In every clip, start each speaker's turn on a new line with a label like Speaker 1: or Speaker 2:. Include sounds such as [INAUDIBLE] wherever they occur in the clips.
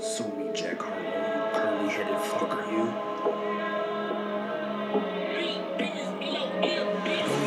Speaker 1: Sue me, Jack Harlow, you curly headed fucker, you.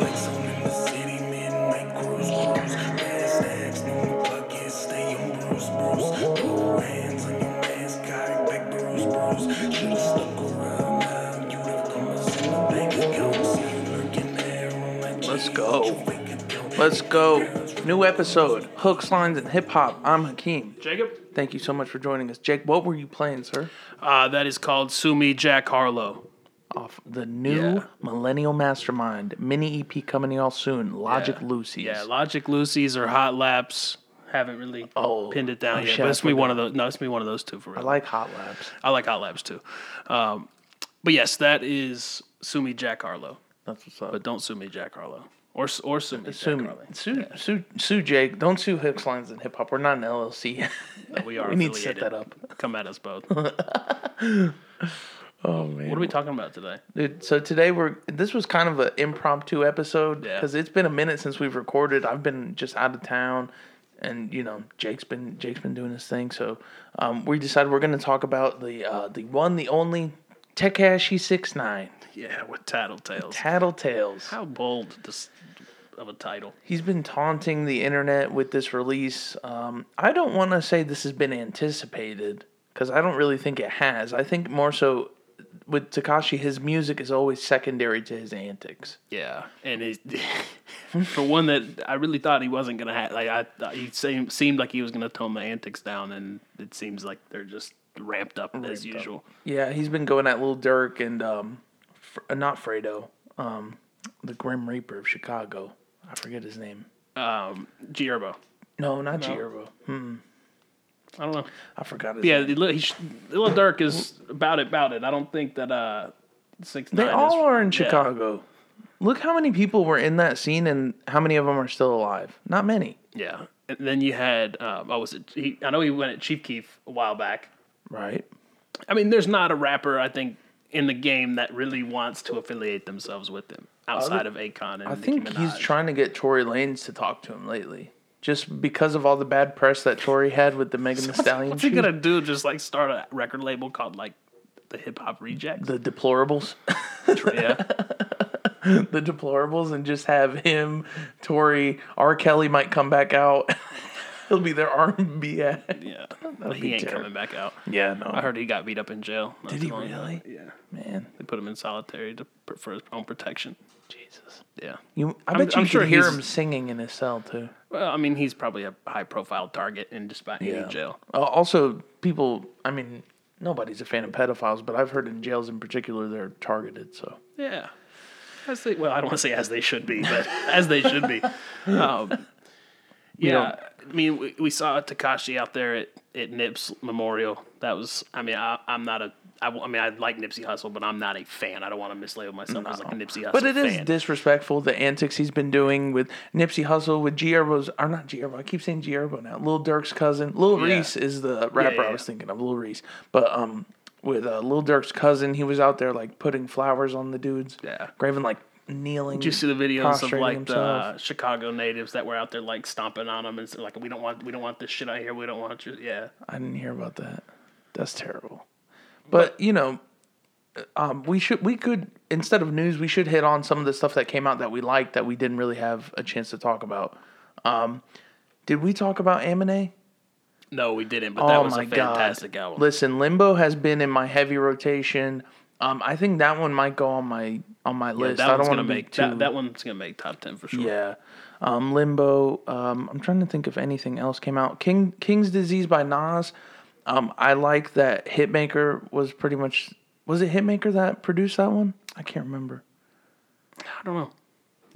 Speaker 1: Lights on in the city, midnight cruise, cruise. Fast stacks, new buckets, stay on Bruce, Bruce. Throw hands on your mask, got it back, Bruce, Bruce. Should've stuck around now, you'd have numbers in the bank account. See you lurking there on my
Speaker 2: Let's
Speaker 1: G,
Speaker 2: go.
Speaker 1: your bank account.
Speaker 2: Let's go. New episode. Hooks, lines, and hip hop. I'm Hakeem.
Speaker 3: Jacob?
Speaker 2: Thank you so much for joining us. Jake, what were you playing, sir?
Speaker 3: Uh, that is called Sue Me Jack Harlow.
Speaker 2: Off the new
Speaker 3: Yeah.
Speaker 2: Millennial Mastermind mini EP coming y'all soon. Logic Lucy's.
Speaker 3: Yeah, Logic Lucy's or Hot Laps. Haven't really
Speaker 2: Oh,
Speaker 3: pinned it
Speaker 2: oh,
Speaker 3: down yet.
Speaker 2: shit,
Speaker 3: But
Speaker 2: I
Speaker 3: it's me one of those. No, it's me one of those two for real.
Speaker 2: I like Hot Labs.
Speaker 3: I like Hot Laps too. Um, but yes, that is Sue Me Jack Harlow.
Speaker 2: That's what's up.
Speaker 3: But don't sue me Jack Harlow. Or s- or sue me
Speaker 2: sue,
Speaker 3: Jack
Speaker 2: me.
Speaker 3: Harlow.
Speaker 2: sue, sue, sue Jake. Don't sue Hooks, lines, and hip hop. We're not an LLC.
Speaker 3: But We are
Speaker 2: [LAUGHS] we need to set that
Speaker 3: affiliated.
Speaker 2: up.
Speaker 3: [LAUGHS] Come at
Speaker 2: [LAUGHS]
Speaker 3: us both. what
Speaker 2: Oh man.
Speaker 3: are we talking about today?
Speaker 2: Dude, so today we're this was kind of an impromptu episode
Speaker 3: Yeah.
Speaker 2: because it's been a minute since we've recorded. I've been just out of town, and you know Jake's been Jake's been doing his thing. So um, we decided we're going to talk about the uh, the one, the only Tekashi six nine
Speaker 3: Yeah, with Tattletales.
Speaker 2: Tattletales.
Speaker 3: How bold this of a title.
Speaker 2: He's been taunting the internet with this release. Um, I don't want to say this has been anticipated because I don't really think it has. I think more so with Takashi, his music is always secondary to his antics.
Speaker 3: Yeah, and it, [LAUGHS] for one that I really thought he wasn't gonna have, like I thought he seemed seemed like he was gonna tone the antics down, and it seems like they're just ramped up as usual.
Speaker 2: Yeah, he's been going at Lil Durk and um, Fr- uh, not Fredo, um, the Grim Reaper of Chicago. I forget his name.
Speaker 3: Um, Gierbo.
Speaker 2: No, not G-Herbo.
Speaker 3: I don't know.
Speaker 2: I forgot his
Speaker 3: Yeah,
Speaker 2: name.
Speaker 3: the li- he, sh- Lil Durk is about it, about it. I don't think that uh, six.
Speaker 2: They all are in
Speaker 3: yeah.
Speaker 2: Chicago. Look how many people were in that scene and how many of them are still alive. Not many.
Speaker 3: Yeah, and then you had um, oh was it? He, I know he went at Chief Keef a while back.
Speaker 2: Right.
Speaker 3: I mean, there's not a rapper I think in the game that really wants to affiliate themselves with him outside of Akon and
Speaker 2: I think
Speaker 3: Nicki
Speaker 2: he's
Speaker 3: Minaj.
Speaker 2: trying to get Tory Lanez to talk to him lately. Just because of all the bad press that Tory had with the Megan Thee Stallion.
Speaker 3: What's he
Speaker 2: shoot.
Speaker 3: gonna do? Just like start a record label called like the Hip Hop Rejects?
Speaker 2: the deplorables.
Speaker 3: yeah,
Speaker 2: [LAUGHS] the deplorables and just have him, Tori, R. Kelly might come back out. [LAUGHS] He'll be their R and [LAUGHS] B act.
Speaker 3: yeah.
Speaker 2: be
Speaker 3: he ain't
Speaker 2: terrible.
Speaker 3: coming back out.
Speaker 2: Yeah, no.
Speaker 3: I heard he got beat up in jail. not
Speaker 2: Did
Speaker 3: too
Speaker 2: he
Speaker 3: long ago.
Speaker 2: really?
Speaker 3: Yeah,
Speaker 2: Man,
Speaker 3: they put him in solitary to, for his own protection.
Speaker 2: Jesus.
Speaker 3: Yeah.
Speaker 2: You, I
Speaker 3: I'm-
Speaker 2: bet you
Speaker 3: I'm
Speaker 2: could
Speaker 3: sure
Speaker 2: hear
Speaker 3: he's-
Speaker 2: him singing in his cell too.
Speaker 3: Well, I mean, he's probably a high profile target in just about
Speaker 2: Yeah.
Speaker 3: any jail.
Speaker 2: Uh, also, people. I mean, nobody's a fan of pedophiles, but I've heard in jails in particular they're targeted. So
Speaker 3: Yeah. As they, well, I don't want to say as they should be, but [LAUGHS] as they should be. Um, yeah. I mean, we, we saw Takashi out there at, at Nip's memorial. That was, I mean, I, I'm not a, I, w- I mean, I like Nipsey Hussle, but I'm not a fan. I don't want to mislabel myself as like a Nipsey Hussle
Speaker 2: But it is
Speaker 3: fan.
Speaker 2: disrespectful the antics he's been doing with Nipsey Hussle, with Gierbo's are not Gierbo. I keep saying Gierbo now. Lil Durk's cousin, Lil
Speaker 3: Yeah.
Speaker 2: Reese is the rapper
Speaker 3: yeah,
Speaker 2: I was
Speaker 3: yeah.
Speaker 2: thinking of, Lil Reese. But um, with uh, Lil Durk's cousin, he was out there like putting flowers on the dudes.
Speaker 3: Yeah.
Speaker 2: Graven like kneeling.
Speaker 3: Did you see the videos of
Speaker 2: prostrating
Speaker 3: like the
Speaker 2: himself.
Speaker 3: uh, Chicago natives that were out there like stomping on them and s- like, we don't want, we don't want this shit out here. We don't want you. Yeah.
Speaker 2: I didn't hear about that. That's terrible. But, you know, um, we should we could instead of news, we should hit on some of the stuff that came out that we liked that we didn't really have a chance to talk about. Um, did we talk about Amine?
Speaker 3: No, we didn't, but
Speaker 2: Oh
Speaker 3: that was a fantastic album.
Speaker 2: Listen, Limbo has been in my heavy rotation. Um, I think that one might go on my on my
Speaker 3: Yeah,
Speaker 2: list.
Speaker 3: that
Speaker 2: I
Speaker 3: one's
Speaker 2: don't want
Speaker 3: gonna
Speaker 2: to
Speaker 3: make
Speaker 2: make too.
Speaker 3: that, that one's gonna make top ten for sure.
Speaker 2: yeah. Um, Limbo. Um, I'm trying to think if anything else came out. King King's Disease by Nas. Um, I like that Hitmaker was pretty much was it Hitmaker that produced that one? I can't remember.
Speaker 3: I don't know.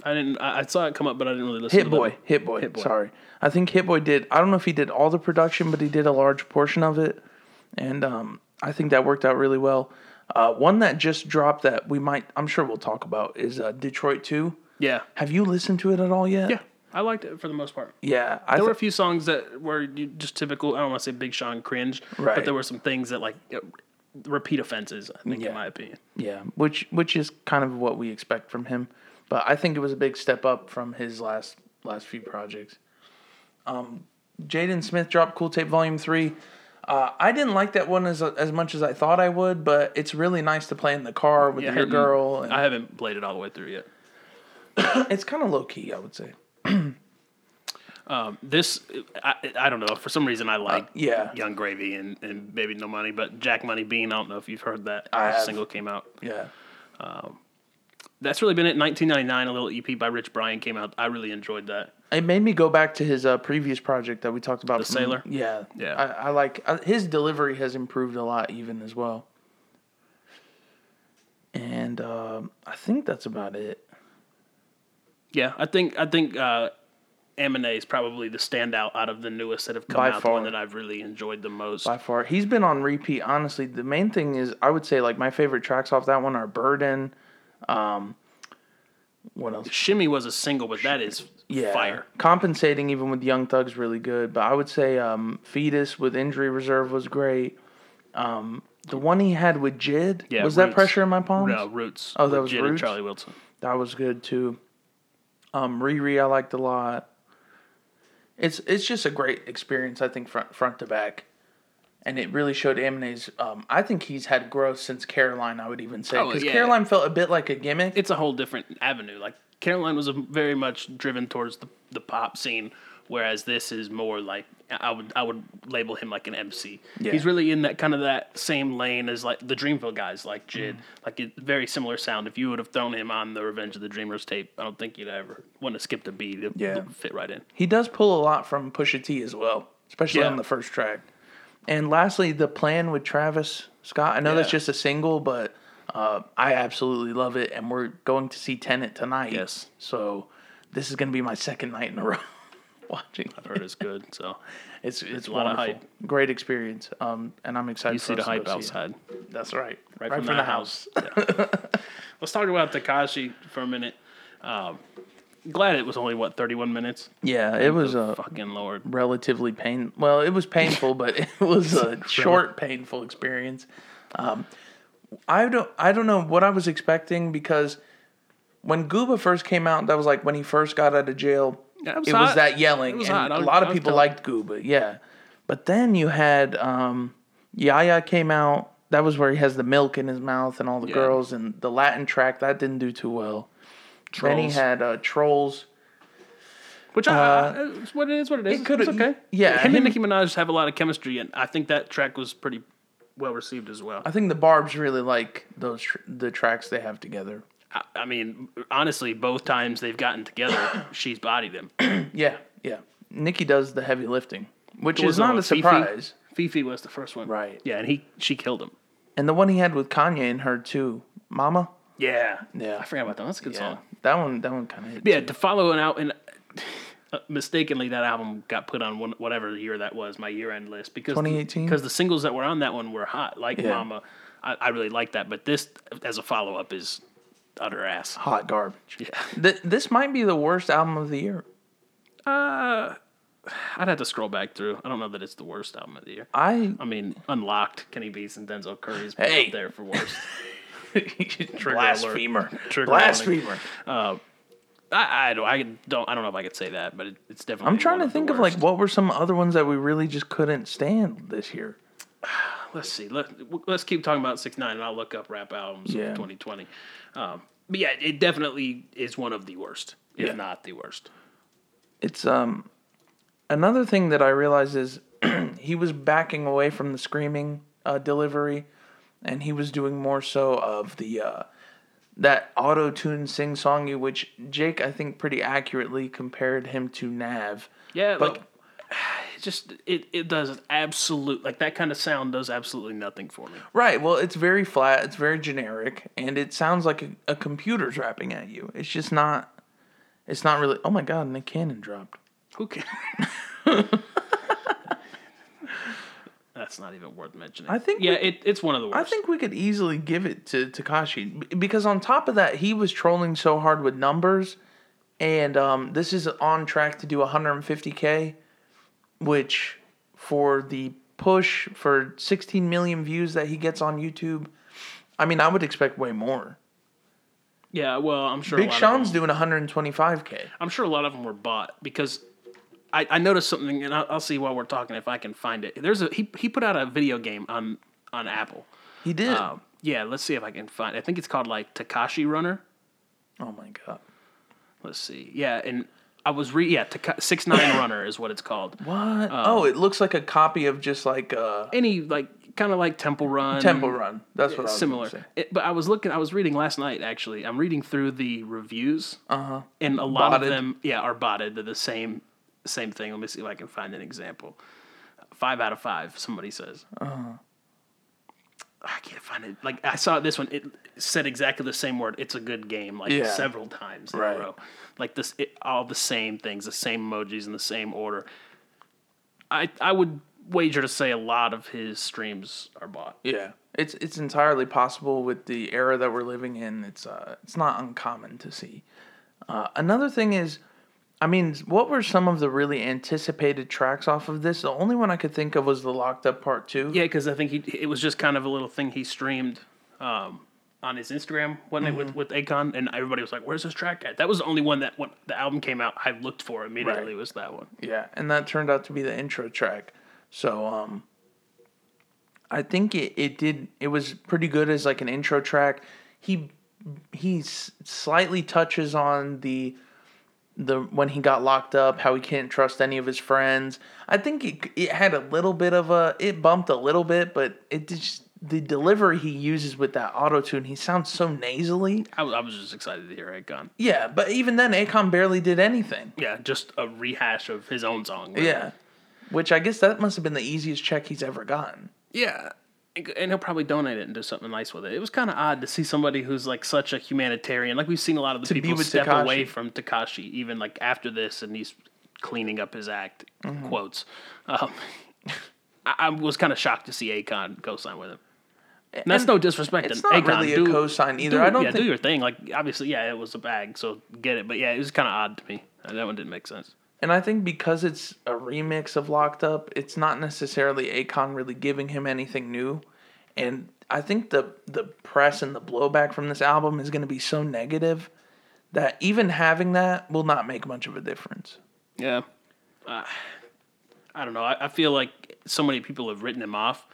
Speaker 3: I didn't. I, I saw it come up, but I didn't really listen.
Speaker 2: Hit
Speaker 3: to
Speaker 2: Boy,
Speaker 3: It.
Speaker 2: Hit Boy.
Speaker 3: Hit Boy.
Speaker 2: Sorry, I think Hit Boy did. I don't know if he did all the production, but he did a large portion of it, and um, I think that worked out really well. Uh, one that just dropped that we might, I'm sure we'll talk about, is uh, Detroit Two.
Speaker 3: Yeah,
Speaker 2: Have you listened to it at all yet?
Speaker 3: yeah. I liked it for the most part.
Speaker 2: yeah. I
Speaker 3: There were a
Speaker 2: th-
Speaker 3: few songs that were you- just typical. I don't want to say Big Sean cringe,
Speaker 2: Right.
Speaker 3: but there were some things that like uh, repeat offenses. I think,
Speaker 2: Yeah.
Speaker 3: in my opinion.
Speaker 2: yeah, which which is kind of what we expect from him, but I think it was a big step up from his last last few projects. Um, Jaden Smith dropped Cool Tape Volume Three. Uh, I didn't like that one as as much as I thought I would, but it's really nice to play in the car with
Speaker 3: Yeah, I
Speaker 2: your
Speaker 3: hadn't-
Speaker 2: girl. And
Speaker 3: I haven't played it all the way through yet.
Speaker 2: it's kind of low key, I would say.
Speaker 3: This, I, I don't know. For some reason, I like
Speaker 2: Uh, yeah.
Speaker 3: Young Gravy and, and Baby No Money, but Jack Money Bean, I don't know if you've heard that
Speaker 2: I have.
Speaker 3: single came out.
Speaker 2: Yeah,
Speaker 3: That's really been it. 1999, a little EP by Rich Brian came out. I really enjoyed that.
Speaker 2: it made me go back to his uh, previous project that we talked about,
Speaker 3: The
Speaker 2: from-
Speaker 3: Sailor?
Speaker 2: Yeah,
Speaker 3: Yeah.
Speaker 2: I, I like uh, his delivery has improved a lot, even as well. And um, I think that's about it.
Speaker 3: Yeah, I think I think uh, Aminé is probably the standout out of the newest that have come
Speaker 2: By
Speaker 3: out. The one
Speaker 2: far.
Speaker 3: that I've really enjoyed the most.
Speaker 2: by far. He's been on repeat. Honestly, the main thing is I would say like my favorite tracks off that one are Burden. Um, what else?
Speaker 3: Shimmy was a single, but that is fire.
Speaker 2: Compensating even with Young Thug's really good, but I would say um, Fetus with Injury Reserve was great. Um, the one he had with Jid
Speaker 3: Yeah,
Speaker 2: was that
Speaker 3: Roots.
Speaker 2: Pressure in My Palms?
Speaker 3: No, Uh, Roots.
Speaker 2: Oh, that
Speaker 3: with
Speaker 2: was
Speaker 3: Jid and
Speaker 2: Roots?
Speaker 3: Charlie Wilson.
Speaker 2: That was good too. Um, Riri I liked a lot. It's it's just a great experience I think front front to back, and it really showed Aminé's. Um, I think he's had growth since Caroline. I would even say
Speaker 3: Oh,
Speaker 2: because
Speaker 3: yeah.
Speaker 2: Caroline felt a bit like a gimmick.
Speaker 3: it's a whole different avenue. Like Caroline was a very much driven towards the, the pop scene, whereas this is more like I would I would label him like an MC.
Speaker 2: Yeah.
Speaker 3: He's really in that kind of that same lane as like the Dreamville guys, like
Speaker 2: Mm-hmm.
Speaker 3: Jid, like a very similar sound. If you would have thrown him on the Revenge of the Dreamers tape, I don't think you'd ever wouldn't have skipped a beat. It
Speaker 2: Yeah.
Speaker 3: would fit right in.
Speaker 2: he does pull a lot from Pusha T as well, especially
Speaker 3: Yeah.
Speaker 2: on the first track. And lastly, the plan with Travis Scott. I know that's
Speaker 3: Yeah.
Speaker 2: just a single, but uh, I absolutely love it, and we're going to see Tenet tonight.
Speaker 3: Yes.
Speaker 2: So this is going to be my second night in a [LAUGHS] row watching.
Speaker 3: I've heard it's good,
Speaker 2: [LAUGHS]
Speaker 3: so
Speaker 2: It's it's,
Speaker 3: a lot of
Speaker 2: wonderful. Great experience. Um, and I'm excited.
Speaker 3: you
Speaker 2: for
Speaker 3: see
Speaker 2: us
Speaker 3: the
Speaker 2: to go
Speaker 3: hype
Speaker 2: see it.
Speaker 3: outside.
Speaker 2: That's right. Right,
Speaker 3: from the house. [LAUGHS] Let's talk about Takashi for a minute. Um, glad it was only what thirty one minutes.
Speaker 2: Yeah, it was
Speaker 3: The
Speaker 2: a
Speaker 3: fucking lord.
Speaker 2: relatively pain. Well, it was painful, but it [LAUGHS] was a short, painful experience. Um, I don't. I don't know what I was expecting because when Gooba first came out, that was like when he first got out of jail.
Speaker 3: Yeah, it was
Speaker 2: it was
Speaker 3: hot.
Speaker 2: that yelling,
Speaker 3: It was hot.
Speaker 2: and
Speaker 3: I
Speaker 2: a
Speaker 3: was-
Speaker 2: lot
Speaker 3: I
Speaker 2: of
Speaker 3: was
Speaker 2: people
Speaker 3: telling-
Speaker 2: liked Gooba. Yeah, but then you had um, Yaya came out. That was where he has the milk in his mouth and all the
Speaker 3: Yeah.
Speaker 2: girls and the Latin track that didn't do too well. Then he
Speaker 3: Trolls.
Speaker 2: had uh, trolls.
Speaker 3: Which I, I, it's what it is. What it is.
Speaker 2: Uh, it could've-
Speaker 3: it's okay.
Speaker 2: yeah,
Speaker 3: him,
Speaker 2: him-
Speaker 3: and Nicki Minaj have a lot of chemistry, and I think that track was pretty well received as well.
Speaker 2: I think the Barb's really like those tr- the tracks they have together.
Speaker 3: I, I mean, honestly, both times they've gotten together, [COUGHS] she's bodied him.
Speaker 2: Yeah, yeah. Nikki does the heavy lifting, which
Speaker 3: What
Speaker 2: is
Speaker 3: was it
Speaker 2: not
Speaker 3: with
Speaker 2: a surprise.
Speaker 3: Fifi? Fifi was the first one,
Speaker 2: Right.
Speaker 3: Yeah, and he she killed him.
Speaker 2: And the one he had with Kanye and her too, Mama.
Speaker 3: Yeah,
Speaker 2: Yeah.
Speaker 3: I forgot about that. That's a good
Speaker 2: Yeah,
Speaker 3: song.
Speaker 2: that one. That one kind of hit.
Speaker 3: Yeah, to follow it out and. uh, Mistakenly, that album got put on one, whatever year that was, my year-end list because
Speaker 2: 2018?
Speaker 3: because the singles that were on that one were hot, like
Speaker 2: Yeah.
Speaker 3: Mama. I, I really like that, but this as a follow-up is utter ass.
Speaker 2: Hot garbage.
Speaker 3: Yeah.
Speaker 2: Th- this might be the worst album of the year.
Speaker 3: Uh, I'd have to scroll back through. I don't know that it's the worst album of the year.
Speaker 2: I
Speaker 3: I mean, Unlocked, Kenny Beats, and Denzel Curry's
Speaker 2: Hey.
Speaker 3: up there
Speaker 2: [LAUGHS]
Speaker 3: for worst.
Speaker 2: blasphemer.
Speaker 3: [LAUGHS] Trigger warning.
Speaker 2: Blasphemer.
Speaker 3: I, I don't. I don't. I don't know if I could say that, but it, it's definitely.
Speaker 2: I'm trying
Speaker 3: one
Speaker 2: to
Speaker 3: the
Speaker 2: think of
Speaker 3: worst.
Speaker 2: like what were some other ones that we really just couldn't stand this year.
Speaker 3: Let's see. Let, let's keep talking about Six Nine, and I'll look up rap albums
Speaker 2: Yeah.
Speaker 3: of 2020. Um, but yeah, it definitely is one of the worst, if
Speaker 2: Yeah.
Speaker 3: not the worst.
Speaker 2: It's um another thing that I realized is [CLEARS THROAT] he was backing away from the screaming uh, delivery, and he was doing more so of the uh, that auto tune sing songy, which Jake I think pretty accurately compared him to Nav.
Speaker 3: Yeah,
Speaker 2: But-
Speaker 3: but it [SIGHS] just it it does absolute like that kind of sound does absolutely nothing for me.
Speaker 2: Right. Well, it's very flat. It's very generic, and it sounds like a, a computer's rapping at you. It's just not. It's not really. Oh my God! Nick Cannon dropped.
Speaker 3: Who cares? [LAUGHS] That's not even worth mentioning.
Speaker 2: I think
Speaker 3: Yeah,
Speaker 2: we-
Speaker 3: it, it's one of the worst.
Speaker 2: I think we could easily give it to Takashi b- because on top of that, he was trolling so hard with numbers, and um, this is on track to do 150k, which for the push for 16 million views that he gets on YouTube, I mean, I would expect way more.
Speaker 3: Yeah, well, I'm sure. a
Speaker 2: Big
Speaker 3: lot of
Speaker 2: Sean's
Speaker 3: them-
Speaker 2: doing 125k.
Speaker 3: I'm sure a lot of them were bought because I, I noticed something, and I'll, I'll see while we're talking if I can find it. There's a he he put out a video game on on Apple.
Speaker 2: He did.
Speaker 3: Um, yeah, let's see if I can find. I think it's called like Takashi Runner.
Speaker 2: oh my god.
Speaker 3: Let's see. Yeah, and I was re yeah Taka- six nine Runner is what it's called.
Speaker 2: What? oh, it looks like a copy of just like uh,
Speaker 3: Any like kind of like Temple Run.
Speaker 2: Temple Run. That's what I was
Speaker 3: Mm-hmm. similar.
Speaker 2: Gonna say.
Speaker 3: It- but I was looking. I was reading last night. Actually, I'm reading through the reviews, uh-huh. and a lot
Speaker 2: Botted.
Speaker 3: of them, yeah, are botted. They're the same same thing. Let me see if I can find an example. Five out of five. Somebody says. Uh-huh. I can't find it. Like I saw this one. It said exactly the same word. It's a good game. Like
Speaker 2: Yeah.
Speaker 3: several times in
Speaker 2: Right.
Speaker 3: a row. Like this, it, all the same things, the same emojis in the same order. I I would wager to say a lot of his streams are bought.
Speaker 2: Yeah, it's it's entirely possible with the era that we're living in. It's uh, it's not uncommon to see. Uh, another thing is, I mean, what were some of the really anticipated tracks off of this? The only one I could think of was the Locked Up Part Two.
Speaker 3: Yeah, because I think he it was just kind of a little thing he streamed um, on his Instagram when it
Speaker 2: Mm-hmm.
Speaker 3: with with Akon, and everybody was like, "Where's this track at?" That was the only one that when the album came out, I looked for immediately
Speaker 2: Right.
Speaker 3: was that one.
Speaker 2: Yeah, and that turned out to be the intro track. So um I think it, it did it was pretty good as like an intro track. He he s- slightly touches on the the when he got locked up, how he can't trust any of his friends. I think it it had a little bit of a it bumped a little bit, but it just the delivery he uses with that auto tune, he sounds so nasally.
Speaker 3: I, was- I was just excited to hear Akon.
Speaker 2: Yeah, but even then, Akon barely did anything.
Speaker 3: Yeah, just a rehash of his own song. really.
Speaker 2: Yeah. Which I guess that must have been the easiest check he's ever gotten.
Speaker 3: yeah. And he'll probably donate it and do something nice with it. It was kind of odd to see somebody who's like such a humanitarian. Like we've seen a lot of the
Speaker 2: be
Speaker 3: people
Speaker 2: with
Speaker 3: step
Speaker 2: Tekashi.
Speaker 3: away from Takashi, even like after this, and he's cleaning up his act.
Speaker 2: Mm-hmm.
Speaker 3: Quotes. Um, [LAUGHS] I, I was kind of shocked to see Akon co-sign with him. And that's no disrespect.
Speaker 2: it's
Speaker 3: to
Speaker 2: not
Speaker 3: Akon.
Speaker 2: really a
Speaker 3: Do-
Speaker 2: co-sign either.
Speaker 3: do-
Speaker 2: I don't
Speaker 3: yeah,
Speaker 2: think-
Speaker 3: do your thing. Like obviously, yeah, it was a bag, so get it. But yeah, it was kind of odd to me. Uh, That one didn't make sense.
Speaker 2: And I think because it's a remix of Locked Up, it's not necessarily Akon really giving him anything new. And I think the the press and the blowback from this album is going to be so negative that even having that will not make much of a difference.
Speaker 3: Yeah. Uh, I don't know. I, I feel like so many people have written him off.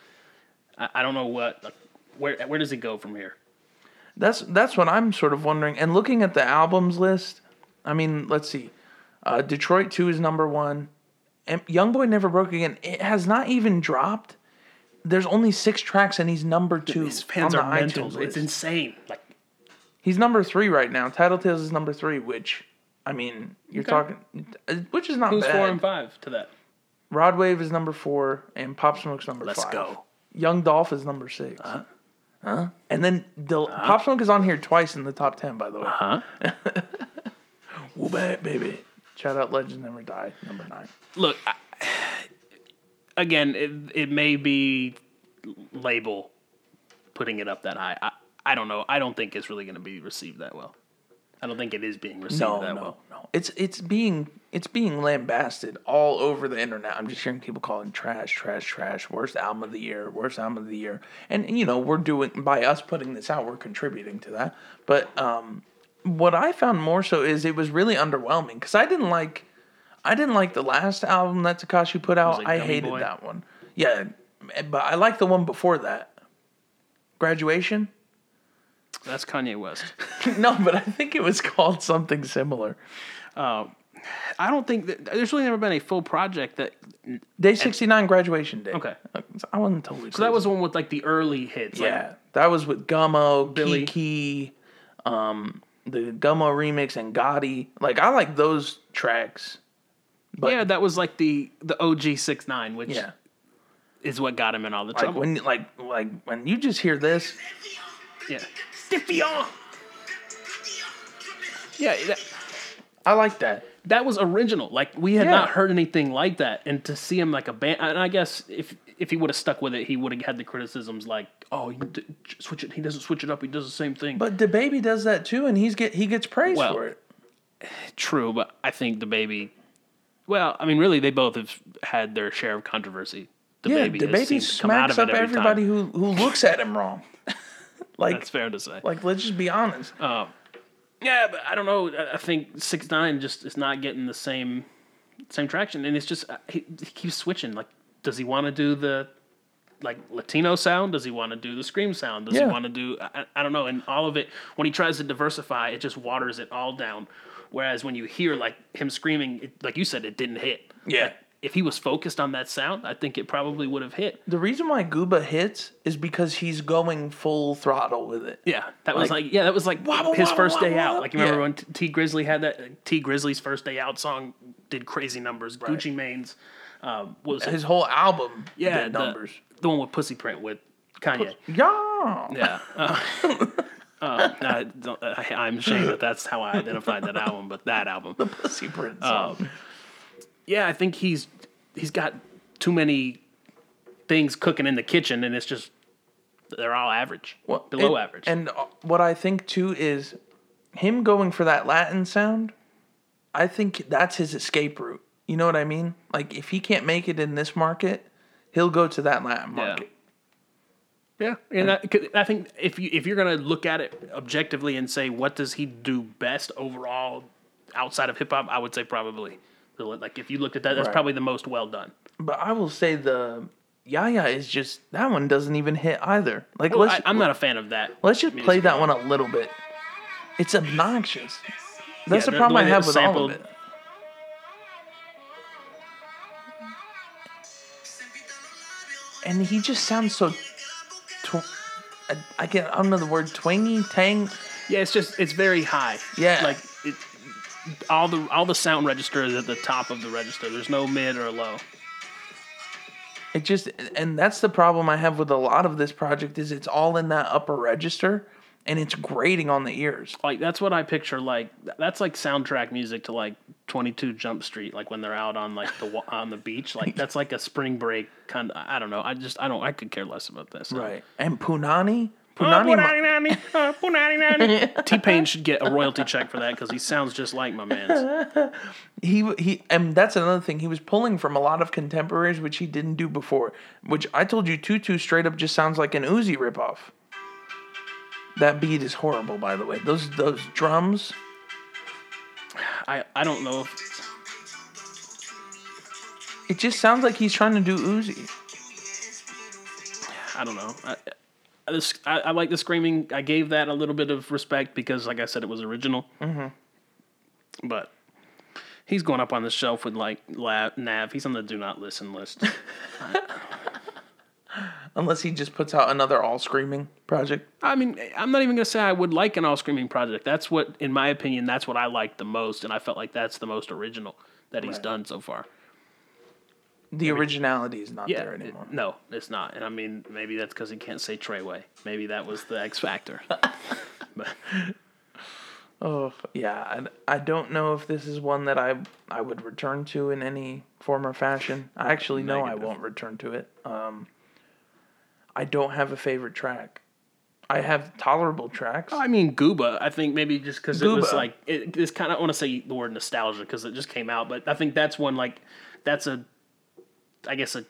Speaker 3: I, I don't know what, like, where where does it go from here?
Speaker 2: That's that's what I'm sort of wondering. And looking at the albums list, I mean, let's see. Uh, Detroit Two is number one. And YoungBoy Never Broke Again. It has not even dropped. There's only six tracks, and he's number two.
Speaker 3: His fans
Speaker 2: on
Speaker 3: are
Speaker 2: the
Speaker 3: mental.
Speaker 2: iTunes
Speaker 3: It's
Speaker 2: list.
Speaker 3: insane. Like,
Speaker 2: he's number three right now. Tattletales is number three, which I mean, you're
Speaker 3: Okay.
Speaker 2: talking, uh, which is not
Speaker 3: who's
Speaker 2: bad.
Speaker 3: four and five to that?
Speaker 2: Rod Wave is number four, and Pop Smoke's number
Speaker 3: Let's
Speaker 2: five.
Speaker 3: go. Uh-huh.
Speaker 2: Young Dolph is number six. Huh? And then Del- Pop Smoke is on here twice in the top ten, by the way.
Speaker 3: Huh?
Speaker 2: Woo back, baby. Shout out Legends Never Die, number nine.
Speaker 3: Look, I, again, it, it may be label putting it up that high. I, I don't know. I don't think it's really going to be received that well. I don't think it is being received
Speaker 2: No,
Speaker 3: that
Speaker 2: no,
Speaker 3: well.
Speaker 2: no. It's it's being it's being lambasted all over the internet. I'm just hearing people calling trash, trash, trash. Worst album of the year. Worst album of the year. And you know we're doing by us putting this out, we're contributing to that. But um, what I found more so is it was really underwhelming because I didn't like I didn't like the last album that Takashi put out.
Speaker 3: like
Speaker 2: I
Speaker 3: Gummy
Speaker 2: hated
Speaker 3: Boy?
Speaker 2: that one. Yeah, but I liked the one before that. Graduation.
Speaker 3: That's Kanye West.
Speaker 2: [LAUGHS] No, but I think it was called something similar.
Speaker 3: [LAUGHS] I don't think that there's really never been a full project that
Speaker 2: Day 69 graduation day.
Speaker 3: Okay.
Speaker 2: I wasn't totally
Speaker 3: So that was the one with like the early hits. like-
Speaker 2: yeah. that was with Gummo,
Speaker 3: Billy.
Speaker 2: Kiki, um the Gummo remix and Gotti. Like I like those tracks. But
Speaker 3: yeah, that was like the the OG six nine, which
Speaker 2: yeah.
Speaker 3: is what got him in all the
Speaker 2: Like
Speaker 3: trouble.
Speaker 2: when like like when you just hear this,
Speaker 3: yeah, Stiffy on. Yeah, that,
Speaker 2: I like that.
Speaker 3: that was original. Like we had
Speaker 2: Yeah.
Speaker 3: not heard anything like that, and to see him like a band, and I guess if if he would have stuck with it, he would have had the criticisms like, "Oh, you d- switch it. He doesn't switch it up. He does the same thing."
Speaker 2: But the baby does that too and he's get he gets praised
Speaker 3: Well,
Speaker 2: for it.
Speaker 3: True, but I think the baby. Well, I mean, really, they both have had their share of controversy. The
Speaker 2: Yeah,
Speaker 3: baby,
Speaker 2: the
Speaker 3: has
Speaker 2: baby
Speaker 3: seemed to come out
Speaker 2: smacks
Speaker 3: of
Speaker 2: up
Speaker 3: it every
Speaker 2: everybody
Speaker 3: Time.
Speaker 2: who who looks at him
Speaker 3: [LAUGHS]
Speaker 2: wrong. like
Speaker 3: That's Uh, fair to say.
Speaker 2: like let's just be honest.
Speaker 3: Yeah, but I don't know. I- I think six nine just is not getting the same same traction, and it's just uh, he, he keeps switching. Like, does he want to do the like Latino sound? Does he want to do the scream sound? Does
Speaker 2: Yeah.
Speaker 3: he want to do I, I don't know. And all of it when he tries to diversify, it just waters it all down. Whereas when you hear like him screaming, it, like you said, it didn't hit.
Speaker 2: Yeah.
Speaker 3: Like, if he was focused on that sound, I think it probably would have hit.
Speaker 2: The reason why Gooba hits is because he's going full throttle with it.
Speaker 3: Yeah, that was
Speaker 2: Like-
Speaker 3: like yeah, that was like
Speaker 2: Wobble,
Speaker 3: his
Speaker 2: wobble,
Speaker 3: first day
Speaker 2: wobble,
Speaker 3: out.
Speaker 2: wobble.
Speaker 3: Like you remember
Speaker 2: Yeah.
Speaker 3: when T T Grizzly had that T Grizzly's first day out song did crazy numbers. Gucci Mane's um, what was it?
Speaker 2: His whole album
Speaker 3: yeah
Speaker 2: did
Speaker 3: the-
Speaker 2: numbers.
Speaker 3: The, one with Pussy Print with Kanye.
Speaker 2: yeah.
Speaker 3: yeah. Uh, [LAUGHS] uh, I don't, I, I'm ashamed that that's how I identified that album, but that album.
Speaker 2: Pussy Prince.
Speaker 3: Yeah, I think he's he's got too many things cooking in the kitchen, and it's just they're all average,
Speaker 2: Well,
Speaker 3: below
Speaker 2: and-
Speaker 3: average.
Speaker 2: And uh, what I think too is him going for that Latin sound. I think that's his escape route. You know what I mean? Like if he can't make it in this market, he'll go to that Latin
Speaker 3: Yeah.
Speaker 2: market.
Speaker 3: Yeah, and I, 'cause I think if you if you're gonna look at it objectively and say what does he do best overall outside of hip hop, I would say probably the li- like if you looked at that, that's
Speaker 2: Right.
Speaker 3: probably the most well done.
Speaker 2: But I will say the Yaya is just that one doesn't even hit either. Like
Speaker 3: Well, I,
Speaker 2: let's
Speaker 3: I'm not a fan of that.
Speaker 2: let's just
Speaker 3: music.
Speaker 2: play that one a little bit. It's obnoxious. That's
Speaker 3: Yeah,
Speaker 2: the problem
Speaker 3: way
Speaker 2: I
Speaker 3: that
Speaker 2: have
Speaker 3: it's
Speaker 2: with all
Speaker 3: sampled-
Speaker 2: of it. And he just sounds so. Tw- I, I can't. I don't know the word twangy tang.
Speaker 3: Yeah, it's just it's very high.
Speaker 2: Yeah.
Speaker 3: like it, all the all the sound register is at the top of the register. There's no mid or low.
Speaker 2: It just and that's the problem I have with a lot of this project is it's all in that upper register and it's grating on the ears.
Speaker 3: Like that's what I picture. Like that's like soundtrack music to like 22 Jump Street. Like when they're out on like the wa- on the beach. Like that's like a spring break kind of. I don't know. I just I don't. I could care less about this. Uh,
Speaker 2: And Punani.
Speaker 3: Ah,
Speaker 2: Punani. mi-
Speaker 3: T Pain should get a royalty check for that because he sounds just like my man's.
Speaker 2: he he and that's another thing he was pulling from a lot of contemporaries which he didn't do before which i told you tutu straight up just sounds like an uzi ripoff that beat is horrible by the way those those drums
Speaker 3: I, I don't know if
Speaker 2: it just sounds like he's trying to do uzi
Speaker 3: I don't know. I, I, this, I, I like the screaming. I gave that a little bit of respect because, like I said, it was original. Mm-hmm. But he's going up on the shelf with like La- Nav. He's on the do not listen
Speaker 2: [LAUGHS]
Speaker 3: list.
Speaker 2: unless he just puts out another all screaming project
Speaker 3: I mean, I'm not even gonna say I would like an all screaming project. That's what, in my opinion, that's what I liked the most, and I felt like that's the most original that he's done so far.
Speaker 2: the originality is not
Speaker 3: Yeah,
Speaker 2: there
Speaker 3: it-
Speaker 2: anymore
Speaker 3: no, it's not. And I mean, maybe that's because he can't say Treyway. Maybe that was the X factor. but
Speaker 2: oh yeah and i don't know if this is one that i i would return to in any form or fashion i actually know i
Speaker 3: Negative.
Speaker 2: won't return to it um i don't have a favorite track i have tolerable tracks
Speaker 3: I mean, Gooba. I think maybe just because it was
Speaker 2: Gooba.
Speaker 3: like it, it's kind of. I want to say the word nostalgia because it just came out, but I think that's one like that's a, I guess a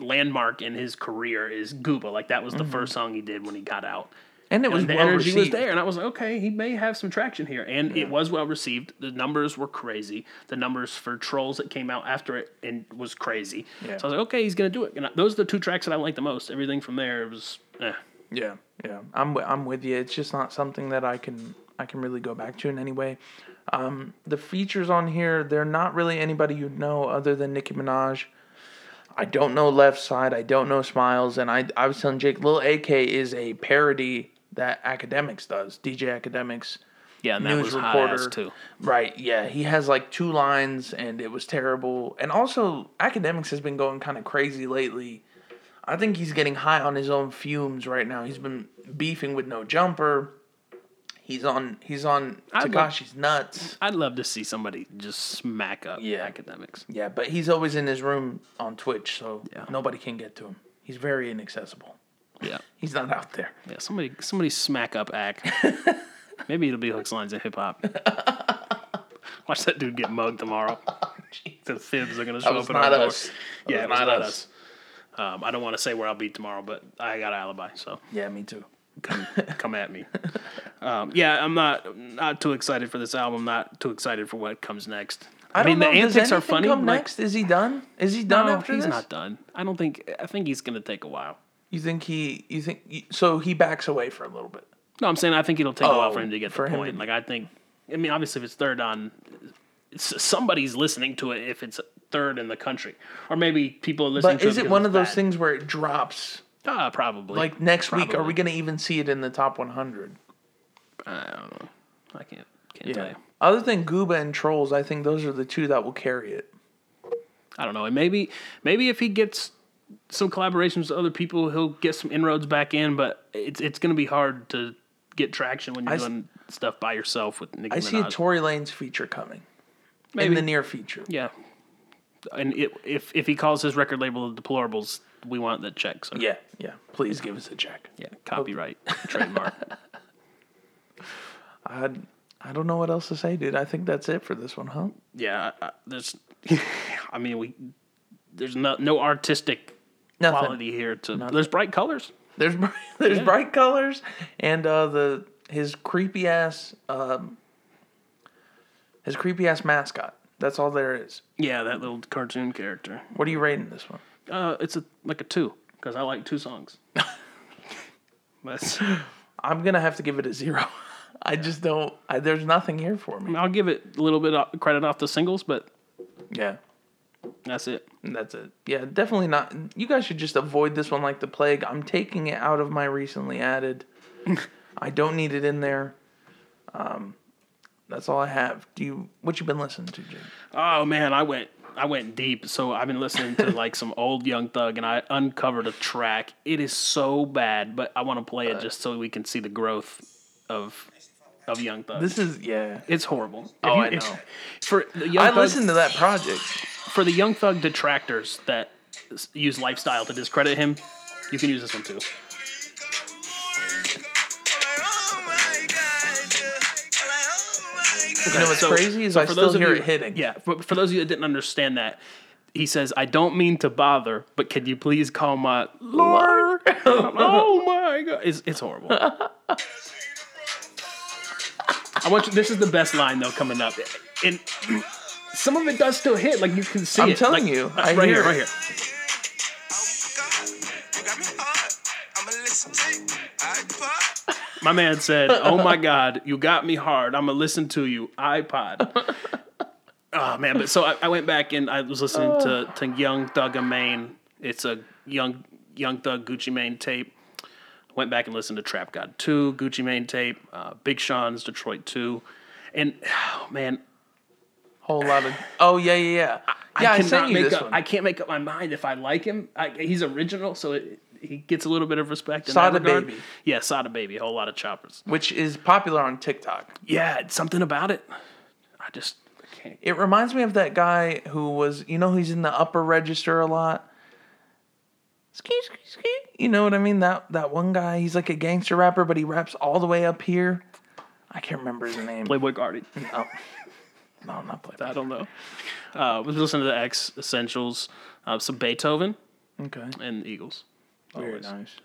Speaker 3: landmark in his career is Gooba. Like that was the first song he did when he got out.
Speaker 2: and Mm-hmm. it was
Speaker 3: and the
Speaker 2: well
Speaker 3: energy
Speaker 2: received.
Speaker 3: was there, and I was like, okay, he may have some traction here, and it was well received. The numbers were crazy. The numbers for trolls that came out after it and was crazy.
Speaker 2: Yeah.
Speaker 3: So I was like, okay, he's gonna do it. And I- those are the two tracks that I like the most. Everything from there was, eh.
Speaker 2: Yeah, yeah. I'm wi- I'm with you. It's just not something that I can I can really go back to in any way. Um, the features on here, they're not really anybody you know other than Nicki Minaj. I don't know Left Side. I don't know Smiles. And I I was telling Jake, Lil AK is a parody that Academics does. DJ Academics.
Speaker 3: yeah, and that
Speaker 2: news
Speaker 3: was
Speaker 2: reporter
Speaker 3: hot ass too.
Speaker 2: Right, yeah. He has like two lines and it was terrible. And also academics has been going kind of crazy lately. I think he's getting high on his own fumes right now. He's been beefing with no jumper. He's on he's on
Speaker 3: I would-
Speaker 2: Takashi's nuts.
Speaker 3: I'd love to see somebody just smack up
Speaker 2: Yeah. [LAUGHS]
Speaker 3: academics.
Speaker 2: Yeah, but he's always in his room on Twitch, so
Speaker 3: Yeah.
Speaker 2: nobody can get to him. He's very inaccessible.
Speaker 3: Yeah,
Speaker 2: He's not out there.
Speaker 3: yeah. Somebody, somebody smack up
Speaker 2: [LAUGHS]
Speaker 3: act. Maybe it'll be hooks, lines, and hip hop. Watch that dude get mugged tomorrow.
Speaker 2: [LAUGHS]
Speaker 3: the fibs are gonna show
Speaker 2: was
Speaker 3: up. at our
Speaker 2: not
Speaker 3: door.
Speaker 2: us. That
Speaker 3: Yeah,
Speaker 2: was
Speaker 3: it was
Speaker 2: not
Speaker 3: not
Speaker 2: us.
Speaker 3: us. Um, I don't want to say where I'll be tomorrow, but I got an alibi, so
Speaker 2: Yeah, me too.
Speaker 3: come, come at
Speaker 2: [LAUGHS]
Speaker 3: me. Um, yeah, I'm not not too excited for this album. Not too excited for what comes next.
Speaker 2: I,
Speaker 3: mean,
Speaker 2: don't
Speaker 3: the
Speaker 2: know, does
Speaker 3: antics are
Speaker 2: anything
Speaker 3: funny,
Speaker 2: Come
Speaker 3: like-
Speaker 2: next, is he done? Is he done
Speaker 3: no,
Speaker 2: after
Speaker 3: he's
Speaker 2: this?
Speaker 3: not done. I don't think. I think he's gonna take a while.
Speaker 2: You think he? You think so? He backs away for a little bit.
Speaker 3: No, I'm saying I think it'll take a while
Speaker 2: Oh,
Speaker 3: for him to get
Speaker 2: for
Speaker 3: the
Speaker 2: him
Speaker 3: point.
Speaker 2: to-
Speaker 3: Like I think, I mean, obviously if it's third on, it's, somebody's listening to it. If it's third in the country, or maybe people are listening.
Speaker 2: But
Speaker 3: to
Speaker 2: is it
Speaker 3: because
Speaker 2: one
Speaker 3: it's
Speaker 2: of those
Speaker 3: bad.
Speaker 2: things where it drops?
Speaker 3: Uh, probably.
Speaker 2: Like next week, are
Speaker 3: Probably.
Speaker 2: we going to even see it in the top 100?
Speaker 3: I don't know. I can't. Can't tell you.
Speaker 2: Other than Gooba and Trolls, I think those are the two that will carry it.
Speaker 3: I don't know. And maybe maybe if he gets some collaborations with other people, he'll get some inroads back in. But it's it's going to be hard to get traction when you're
Speaker 2: I s-
Speaker 3: doing stuff by yourself with Nicki
Speaker 2: I see a
Speaker 3: Minaj.
Speaker 2: Tory Lane's feature coming in
Speaker 3: Maybe.
Speaker 2: the near future.
Speaker 3: yeah. And it, if if he calls his record label the Deplorables, we want that check. So
Speaker 2: Yeah, yeah. Please give us a check.
Speaker 3: yeah, copyright, [LAUGHS] trademark.
Speaker 2: I I don't know what else to say, dude. I think that's it for this one, huh?
Speaker 3: Yeah, I, I, there's. [LAUGHS] I mean, we there's no no artistic
Speaker 2: Nothing.
Speaker 3: quality here. To there's bright colors.
Speaker 2: There's br- [LAUGHS] there's bright colors and uh, the his creepy ass um, his creepy ass mascot. That's all there is.
Speaker 3: Yeah, that little cartoon character.
Speaker 2: What are you rating this one?
Speaker 3: Uh, it's a like a two because I like
Speaker 2: [LAUGHS]
Speaker 3: two songs. That's,
Speaker 2: I'm gonna have to give it a zero. [LAUGHS] I just don't. I, there's nothing here for me.
Speaker 3: I'll give it a little bit of credit off the singles, but
Speaker 2: Yeah,
Speaker 3: that's it.
Speaker 2: and that's it. Yeah, definitely not. You guys should just avoid this one like the plague. I'm taking it out of my recently [LAUGHS] added. I don't need it in there. Um, that's all I have. Do you? What you been listening to, Jake?
Speaker 3: Oh man, I went I went deep. So I've been listening to
Speaker 2: [LAUGHS]
Speaker 3: like some old Young Thug, and I uncovered a track. It is so bad, but I want to play it just so we can see the growth of of Young Thug.
Speaker 2: This is yeah.
Speaker 3: it's horrible. If
Speaker 2: Oh, I
Speaker 3: if-
Speaker 2: know.
Speaker 3: For the Young
Speaker 2: I
Speaker 3: Thug-
Speaker 2: listened to that project.
Speaker 3: for the Young Thug detractors that s- use lifestyle to discredit him. You can use this one too.
Speaker 2: You know what's
Speaker 3: So-
Speaker 2: crazy is I
Speaker 3: for
Speaker 2: still
Speaker 3: those of
Speaker 2: hear
Speaker 3: you-
Speaker 2: it hitting.
Speaker 3: Yeah, for, for those of you that didn't understand that, he says, "I don't mean to bother, but can you please call
Speaker 2: [LAUGHS]
Speaker 3: my Lord?" oh my god, it's, it's horrible. I want you. This is the best line though coming up, and some of it does still hit. Like you can see.
Speaker 2: I'm
Speaker 3: it,
Speaker 2: telling
Speaker 3: like,
Speaker 2: you,
Speaker 3: uh,
Speaker 2: I
Speaker 3: right
Speaker 2: hear
Speaker 3: here,
Speaker 2: it.
Speaker 3: right here. My man said, "Oh my God, you got me hard. I'm gonna listen to you,
Speaker 2: [LAUGHS]
Speaker 3: iPod." oh man, but so I, I went back and I was listening
Speaker 2: Ah.
Speaker 3: to to Young Thug of Maine. It's a Young Young Thug Gucci Mane tape. Went back and listened to Trap God Two, Gucci Mane tape, uh, Big Sean's Detroit Two, and [SIGHS] oh, man,
Speaker 2: Whole lot of. Oh yeah, yeah, yeah. yeah, I,
Speaker 3: cannot
Speaker 2: sent you
Speaker 3: make
Speaker 2: this
Speaker 3: up.
Speaker 2: one.
Speaker 3: I can't make up my mind if I like him. I, he's original, so it, he gets a little bit of respect. In
Speaker 2: Sada
Speaker 3: that regard.
Speaker 2: Baby.
Speaker 3: yeah, Sada Baby, a whole lot of choppers.
Speaker 2: which is popular on TikTok.
Speaker 3: Yeah, it's something about it. I just I can't.
Speaker 2: It reminds me of that guy who was, you know, he's in the upper register a lot. Ski, ski, ski. You know what I mean? That that one guy, he's like a gangster rapper, but he raps all the way up here. I can't remember his name.
Speaker 3: Playboy Guardian. [LAUGHS]
Speaker 2: Oh. No, not Playboy.
Speaker 3: I don't know. Uh, I was listening to the X Essentials, uh, some Beethoven
Speaker 2: Okay.
Speaker 3: and Eagles.
Speaker 2: Very
Speaker 3: Always.
Speaker 2: nice.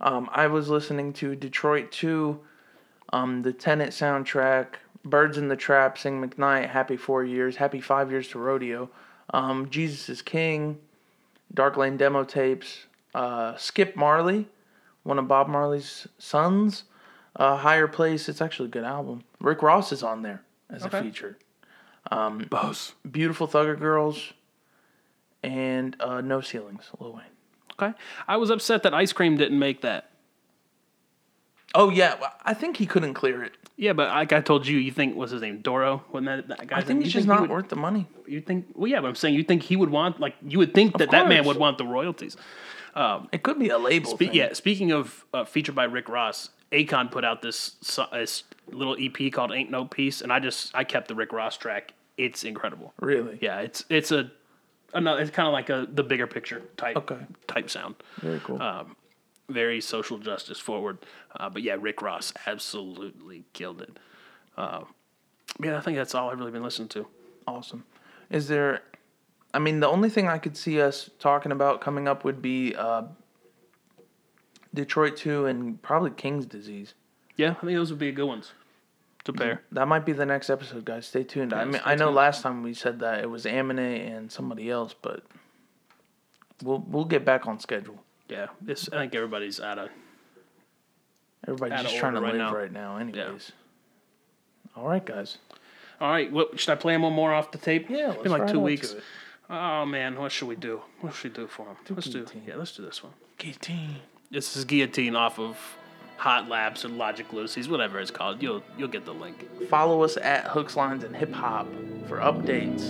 Speaker 2: Um, I was listening to Detroit 2, um, the Tenant soundtrack, Birds in the Trap, Sing McKnight, Happy Four Years, Happy Five Years to Rodeo, um, Jesus is King, Dark Lane demo tapes, uh, Skip Marley, one of Bob Marley's sons, uh, Higher Place. It's actually a good album. Rick Ross is on there as a feature.
Speaker 3: Mm. Boss.
Speaker 2: Beautiful Thugger Girls, and uh, No Ceilings, Lil Wayne.
Speaker 3: Okay. I was upset that Ice Cream didn't make that.
Speaker 2: Oh yeah, well, I think he couldn't clear it.
Speaker 3: Yeah, but like I told you, you think what's his name, Doro? Wasn't that, that guy's
Speaker 2: I think
Speaker 3: name?
Speaker 2: it's
Speaker 3: You
Speaker 2: just
Speaker 3: he
Speaker 2: not
Speaker 3: would-
Speaker 2: worth the money.
Speaker 3: You think? Well, yeah, but I'm saying you think he would want like you would think that that man
Speaker 2: course.
Speaker 3: would want the royalties.
Speaker 2: It could be a label.
Speaker 3: But
Speaker 2: thing.
Speaker 3: yeah, speaking of uh, featured by Rick Ross, Akon put out this, so- this little EP called "Ain't No Peace," and I just I kept the Rick Ross track. It's incredible.
Speaker 2: really.
Speaker 3: Yeah, it's it's a another. It's kind of like a the bigger picture type
Speaker 2: Okay.
Speaker 3: type sound.
Speaker 2: very cool.
Speaker 3: Uh, Very social justice forward. Uh, but yeah, Rick Ross absolutely killed it. Uh, yeah, I think that's all I've really been listening to.
Speaker 2: awesome. Is there? I mean, the only thing I could see us talking about coming up would be uh, Detroit Two and probably King's Disease.
Speaker 3: Yeah, I think those would be good ones. to pair.
Speaker 2: That might be the next episode, guys. Stay tuned. I mean,
Speaker 3: stay
Speaker 2: I know last time we said that it was Amine and somebody else, but we'll we'll get back on schedule.
Speaker 3: Yeah, it's, I think everybody's out of.
Speaker 2: Everybody's
Speaker 3: Out of
Speaker 2: just trying to
Speaker 3: order
Speaker 2: live
Speaker 3: right now.
Speaker 2: right now, anyways. All right, guys.
Speaker 3: All right, what, should I play him one more off the tape?
Speaker 2: Yeah,
Speaker 3: it's
Speaker 2: let's
Speaker 3: been like
Speaker 2: ride
Speaker 3: two
Speaker 2: on to
Speaker 3: weeks.
Speaker 2: it.
Speaker 3: Oh man, what should we do? What should we do for him? Let's do.
Speaker 2: guillotine.
Speaker 3: Yeah, let's do this one.
Speaker 2: Guillotine.
Speaker 3: This is guillotine off of Hot Labs or Logic Lucy's, whatever it's called. You'll you'll get the link.
Speaker 2: Follow us at Hooks, Lines, and Hip Hop for updates.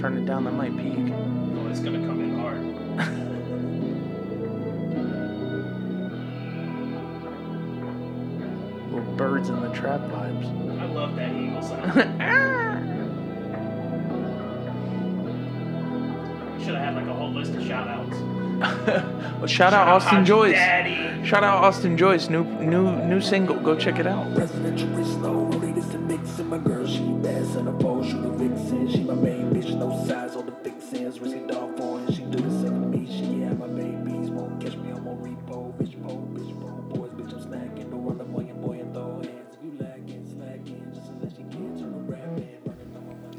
Speaker 2: Turn it down, that might peak.
Speaker 3: Oh, it's gonna come in hard.
Speaker 2: Little birds in the trap vibes. [LAUGHS]
Speaker 3: I love that eagle [LAUGHS] sound. Should have had like a whole list of shout outs.
Speaker 2: Well, shout out Austin Joyce.
Speaker 3: Daddy.
Speaker 2: Shout out Austin Joyce. New new new single. Go check it out.
Speaker 1: Presidential wrist low, latest and mixin'. My girl, she best on the pole, she the vixen. She my main bitch, no size on the fixins. Risky dog for it, she do the same for me. She yeah, my babies won't catch me on my repo. Bitch, bo, bitch, bo, boys, bitch, I'm snacking. Don't run up on your boy and throw hands. If you lacking, slacking, just unless you kids on the rap man, running on my money.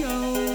Speaker 4: ya!